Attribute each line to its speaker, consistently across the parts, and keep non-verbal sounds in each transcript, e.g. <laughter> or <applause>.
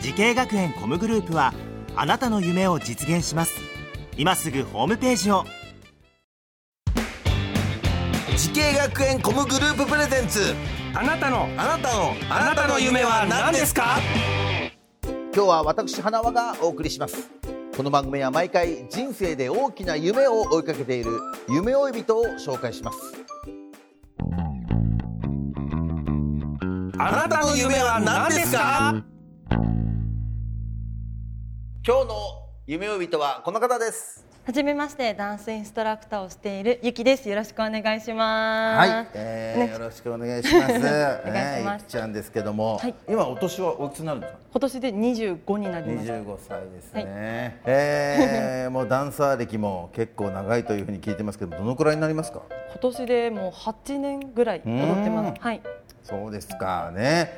Speaker 1: 時系学園コムグループはあなたの夢を実現します今すぐホームページを
Speaker 2: 時系学園コムグループプレゼンツ
Speaker 3: あなたの
Speaker 2: あなたの
Speaker 3: あなたの夢は何ですか
Speaker 2: 今日は私花輪がお送りしますこの番組は毎回人生で大きな夢を追いかけている夢追い人を紹介します
Speaker 3: あなたの夢は何ですか
Speaker 2: 今日の夢追い人はこの方です
Speaker 4: はじめまして、ダンスインストラクターをしているゆきです。よろしくお願いします。
Speaker 5: はい、えー
Speaker 4: ね
Speaker 5: よろしくお願いし
Speaker 4: <laughs>
Speaker 5: ます。お
Speaker 4: 願いします
Speaker 5: ちゃんですけども、
Speaker 4: はい
Speaker 5: 今お年はおいくつになるんですか。
Speaker 4: 今年で25になります。
Speaker 5: 25歳ですね、えー <laughs> もうダンサー歴も結構長いというふうに聞いてますけど、どのくらいになりますか。
Speaker 4: 今年でもう8年ぐらい踊ってます。はい、
Speaker 5: そうですかね。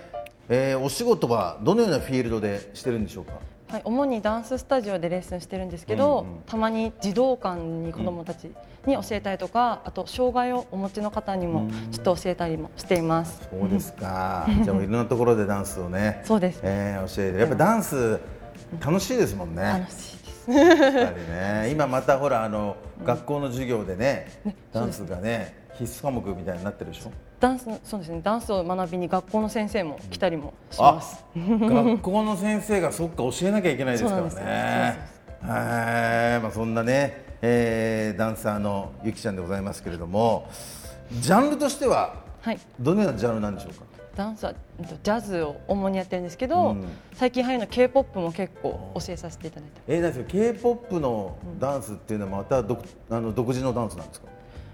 Speaker 5: えーお仕事はどのようなフィールドでしてるんでしょうか。
Speaker 4: はい、主にダンススタジオでレッスンしてるんですけど、たまに児童館に子どもたちに教えたりとか、あと障害をお持ちの方にもちょっと教えたりもしています。
Speaker 5: そうですか。じゃあもういろんなところでダンスをね。
Speaker 4: そうです
Speaker 5: えー教えて、やっぱダンス楽しいですもんね。
Speaker 4: 楽しいです。
Speaker 5: やっぱりね、今またほらあの学校の授業でね、ダンスがね必須科目みたいになってるでしょ。
Speaker 4: ダンスの、そうですね、ダンスを学びに学校の先生も来たりもします。
Speaker 5: 学校の先生がそっか教えなきゃいけないですから
Speaker 4: そうなん
Speaker 5: ね
Speaker 4: です。
Speaker 5: はい、まあそんなね、えーダンサーのゆきちゃんでございますけれども、ジャンルとしては
Speaker 4: はい。
Speaker 5: どのようなジャンルなんでしょうか。
Speaker 4: ダンスはうんとジャズを主にやってるんですけど、最近流行りの K-POP も結構教えさせていただいて
Speaker 5: えー、なんですけど K-POP のダンスっていうのはまた独あの独自のダンスなんですか。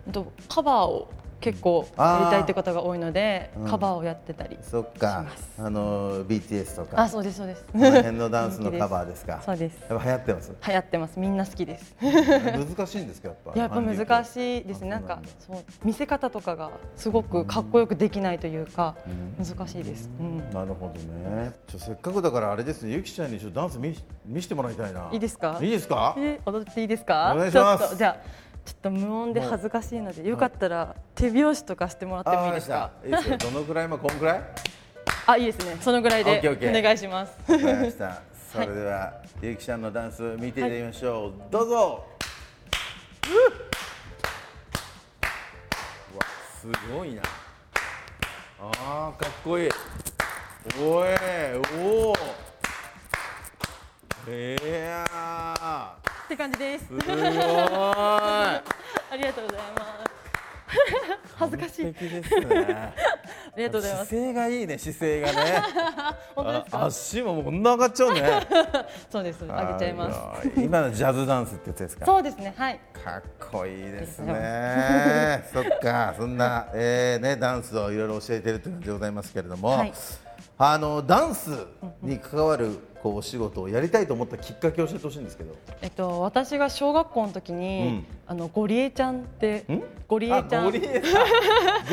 Speaker 4: うんとカバーを結構やりたいって方が多いので、カバーをやってたり
Speaker 5: そっか、あの BTS とか
Speaker 4: あ、そうですそうです
Speaker 5: この辺のダンスのカバーですか。
Speaker 4: そうです
Speaker 5: やっぱ流行って
Speaker 4: <laughs>
Speaker 5: ます。
Speaker 4: 流行ってますみんな好きです
Speaker 5: 難しいんですかやっぱ
Speaker 4: いややっぱ難しいですね
Speaker 5: あ
Speaker 4: なん
Speaker 5: そうな
Speaker 4: か
Speaker 5: んだ
Speaker 4: そう見せ方とかがすごくかっこよくできないというか、難しいです、うん
Speaker 5: なるほどねちょせっかくだからあれですねゆきちゃんにちょっとダンス見見せてもらいたいない
Speaker 4: いいですか
Speaker 5: いいですか
Speaker 4: えー踊っていいですか
Speaker 5: お願いします
Speaker 4: ちょっとじゃあちょっと無音で恥ずかしいのでよかったら手拍子とかしてもらってもいいですか
Speaker 5: あわりましたいいですよどのくらいまあこんくらいわか
Speaker 4: あ、いいですね。そのぐらい
Speaker 5: オッケーオ
Speaker 4: で
Speaker 5: ッケー
Speaker 4: お願いします。
Speaker 5: りましたそれでは、ゆきちゃんのダンス見ていただきましょう、どうぞうわすごいなあーかっこいいおいおおええやー
Speaker 4: って感じです。
Speaker 5: すごーい。
Speaker 4: ありがとうございます。恥ずかしい。あ
Speaker 5: 敵ですね。
Speaker 4: りがとうござい
Speaker 5: 姿
Speaker 4: ます。
Speaker 5: 勢がいいね、姿勢が <laughs> ね。
Speaker 4: 本当です
Speaker 5: あ
Speaker 4: か。
Speaker 5: 足ももうこんな上がっちゃ <laughs> うね。
Speaker 4: そうです。あげちゃいます。
Speaker 5: すごい。今のジャズダンスってやつですか。
Speaker 4: そうですね。はい。
Speaker 5: かっこいいですね。 <laughs> そっか、そんな、えーね、ダンスをいろいろ教えてるということでございますけれども。
Speaker 4: はい
Speaker 5: あのダンスに関わるこうお仕事をやりたいと思ったきっかけを教えてほしいんですけど。
Speaker 4: えっと私が小学校の時に、あのゴリエちゃんってゴリエちゃ
Speaker 5: あゴ
Speaker 4: ん。
Speaker 5: リ
Speaker 4: そ
Speaker 5: エさん。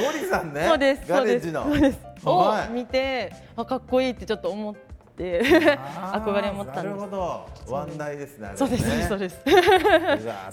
Speaker 5: ゴリさんね。
Speaker 4: うです。
Speaker 5: ガ
Speaker 4: そう
Speaker 5: レー
Speaker 4: です。
Speaker 5: ジの。
Speaker 4: そうです。を
Speaker 5: はい
Speaker 4: 見て、あかっこいいってちょっと思って
Speaker 5: あー
Speaker 4: 憧れを持った
Speaker 5: なんる
Speaker 4: です
Speaker 5: ほ。ど、ワンナイですね。あれね
Speaker 4: そうです。そうです。
Speaker 5: うわ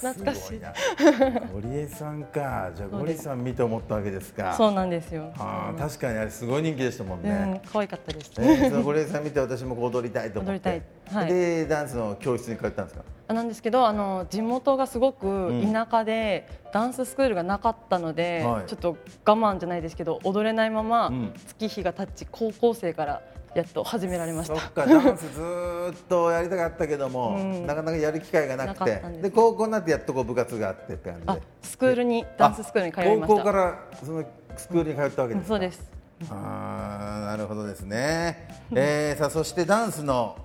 Speaker 4: 懐かしい
Speaker 5: すごなゴリエさんか、じゃあゴリエさん見て思ったわけですか。
Speaker 4: そうなんですよ。
Speaker 5: あー確かにあれすごい人気でしたもん
Speaker 4: うん
Speaker 5: ね。、
Speaker 4: 可愛かったです。
Speaker 5: え
Speaker 4: <laughs>
Speaker 5: ーそのゴリエさん見て私もこう踊りたいと思って
Speaker 4: 踊りたいはい
Speaker 5: でダンスの教室に通ったんですか
Speaker 4: なんですけどあの地元がすごく田舎で、ダンススクールがなかったので、
Speaker 5: はい
Speaker 4: ちょっと我慢じゃないですけど踊れないまま、
Speaker 5: ん
Speaker 4: 月日が経ち高校生からやっと始められまし
Speaker 5: そ
Speaker 4: た
Speaker 5: っかダンスずーっとやりたかったけども、なかなかやる機会がなくて
Speaker 4: なかったんです
Speaker 5: で高校になってやっとこう部活があってって感じ
Speaker 4: あ
Speaker 5: で
Speaker 4: スクールにダンススクールに通いました
Speaker 5: あ高校からそのスクールに通ったわけ
Speaker 4: う
Speaker 5: で
Speaker 4: ん
Speaker 5: すか
Speaker 4: そうです
Speaker 5: あーなるほどですね、えー、さあそしてダンスの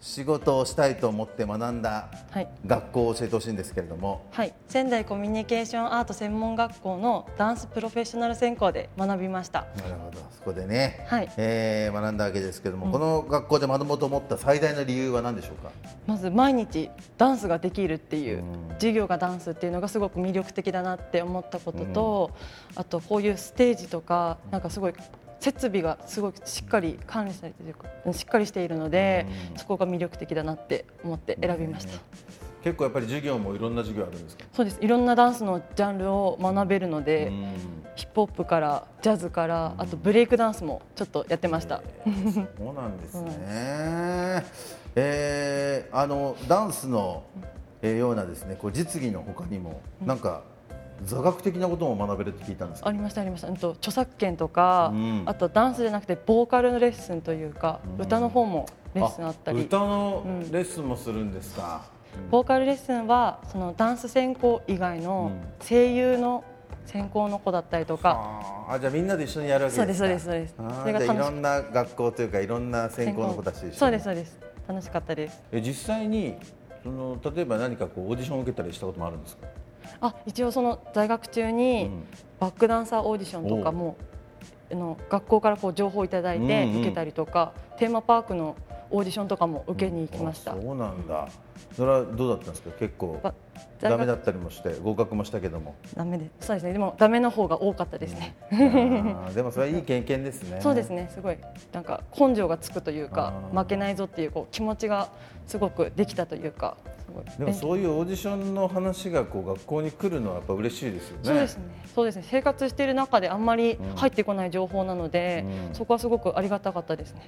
Speaker 5: 仕事をしたいと思って学んだ
Speaker 4: はい
Speaker 5: 学校を教えてほしいんですけれども、
Speaker 4: はい、仙台コミュニケーションアート専門学校のダンスプロフェッショナル専攻で学びました
Speaker 5: なるほどそこでね、
Speaker 4: はい
Speaker 5: えー学んだわけですけれども、この学校で学ぼうと思った最大の理由は何でしょうか
Speaker 4: まず毎日ダンスができるっていう授業がダンスっていうのがすごく魅力的だなって思ったことと、あとこういうステージとかなんかすごい設備がすごいしっかり管理されてるというかしっかりしているので、そこが魅力的だなって思って選びました、
Speaker 5: 結構やっぱり授業もいろんな授業あるんですか、
Speaker 4: そうですいろんなダンスのジャンルを学べるので、
Speaker 5: うん
Speaker 4: ヒップホップからジャズからあとブレイクダンスもちょっとやってました、
Speaker 5: そうなんですね。えーあのダンスの、えーようなですね、こう実技の他にも、なんか座学的なことも学べるって聞いたんですけ
Speaker 4: あ
Speaker 5: ど。
Speaker 4: りましたありましたうんと著作権とか、
Speaker 5: うん
Speaker 4: あとダンスじゃなくてボーカルのレッスンというか、歌の方もレッスンあったり
Speaker 5: 歌の
Speaker 4: うん
Speaker 5: レッスンもするんですか。
Speaker 4: ボーカルレッスンはそのダンス専攻以外の
Speaker 5: うん
Speaker 4: 声優の専攻の子だったりとか、
Speaker 5: あーあ、じゃあみんなで一緒にやるわけです
Speaker 4: そう
Speaker 5: か。
Speaker 4: ですそうですそうです
Speaker 5: あー
Speaker 4: それが
Speaker 5: じゃあい
Speaker 4: 楽
Speaker 5: ろ
Speaker 4: し
Speaker 5: んな学校というかいろんな専攻の子たちと一緒に
Speaker 4: そうですそうです楽しかったです
Speaker 6: え実際にその例えば何かこうオーディションを受けたりしたこともあるんですか
Speaker 4: あ一応その在学中にバックダンサーオーディションとかも、あの学校からこう情報をいただいて
Speaker 5: うんうん
Speaker 4: 受けたりとか、テーマパークのオーディションとかも受けに行きました、
Speaker 5: あそうなんだ。それはどうだったんですか。結構
Speaker 4: ば
Speaker 5: ダメだったりもして合格もしたけど
Speaker 4: <laughs>
Speaker 5: も。
Speaker 4: ダメでそうですねでもダメの方が多かったですね、
Speaker 5: あーでもそれはいい経験ですね。
Speaker 4: そうですねすごいなんか根性がつくというか
Speaker 5: あー
Speaker 4: 負けないぞっていうこう気持ちがすごくできたというかすごい
Speaker 5: でもそういうオーディションの話がこう学校に来るのはやっぱ嬉しいですよね。
Speaker 4: そうですね。そうですね。生活している中であんまり入ってこない情報なので、そこはすごくありがたかったですね。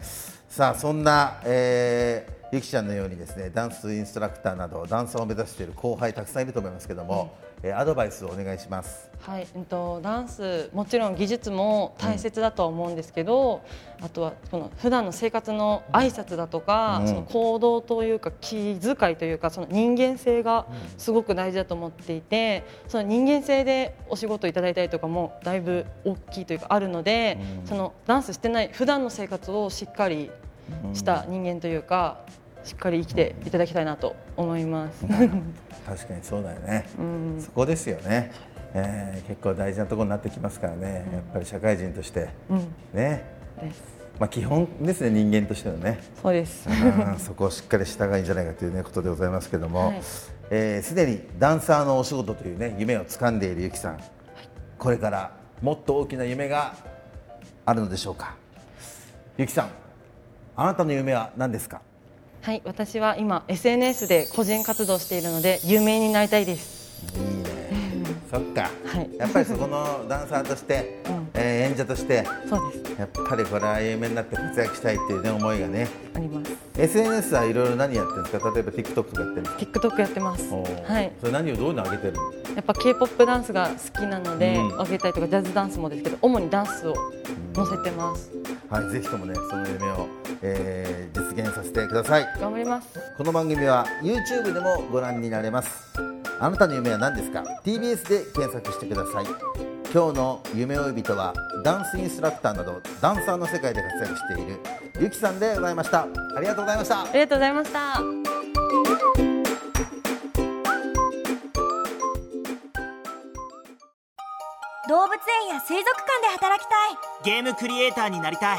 Speaker 5: さあそんな、えーゆきちゃんのようにですねダンスインストラクターなどダンサーを目指している後輩たくさんいると思いますけども、えーアドバイスをお願いします。
Speaker 4: はい、うんとダンスもちろん技術も大切だとは思うんですけど、あとはこの普段の生活の挨拶だとか、
Speaker 5: うん
Speaker 4: その行動というか気遣いというかその人間性がすごく大事だと思っていて、その人間性でお仕事いただいたりとかもだいぶ大きいというかあるので、そのダンスしてない普段の生活をしっかりした人間というか、しっかり生きていただきたいなと思います。
Speaker 5: 確かにそうだよね。そこですよね。えー結構大事なところになってきますからね。やっぱり社会人として、ね。
Speaker 4: です
Speaker 5: まあ基本ですね人間としての
Speaker 4: <laughs>
Speaker 5: ね。
Speaker 4: <laughs> そうです。
Speaker 5: うんそこをしっかりした方がいいんじゃないかという、ね、ことでございますけど
Speaker 4: は
Speaker 5: も
Speaker 4: い
Speaker 5: すで、えー既にダンサーのお仕事という、ね、夢を掴んでいるゆきさん、これからもっと大きな夢があるのでしょうかゆきさんあなたの夢は何ですか
Speaker 4: はい、私は今 SNS で個人活動しているので有名になりたいです。
Speaker 5: いいねそっか、
Speaker 4: はい
Speaker 5: やっぱりそこのダンサーとして、
Speaker 4: ん
Speaker 5: えー演者として
Speaker 4: そうです。
Speaker 5: やっぱりこれは有名になって活躍したいっていう、ね、思いがね
Speaker 4: あります。
Speaker 5: SNS はいろいろ何やってるんですか例えば TikTok とかやってるんですか
Speaker 4: TikTok やってます。
Speaker 5: おー
Speaker 4: はい。
Speaker 5: それ何をどういうの上げてるの
Speaker 4: やっぱ K-pop ダンスが好きなので、
Speaker 5: うん
Speaker 4: あげたりとかジャズダンスもですけど、主にダンスを載せてます。
Speaker 5: はい、ぜひともね、その夢を、えー実現させてください。
Speaker 4: 頑張ります。
Speaker 5: この番組は YouTube でもご覧になれます。あなたの夢は何ですか ?TBS で検索してください。今日の夢追い人はダンスインストラクターなどダンサーの世界で活躍しているゆきさんでございました。ありがとうございました
Speaker 4: あ。りがとうございました。
Speaker 7: 動物園や水族館で働きたい
Speaker 1: ゲームクリエイターになりたい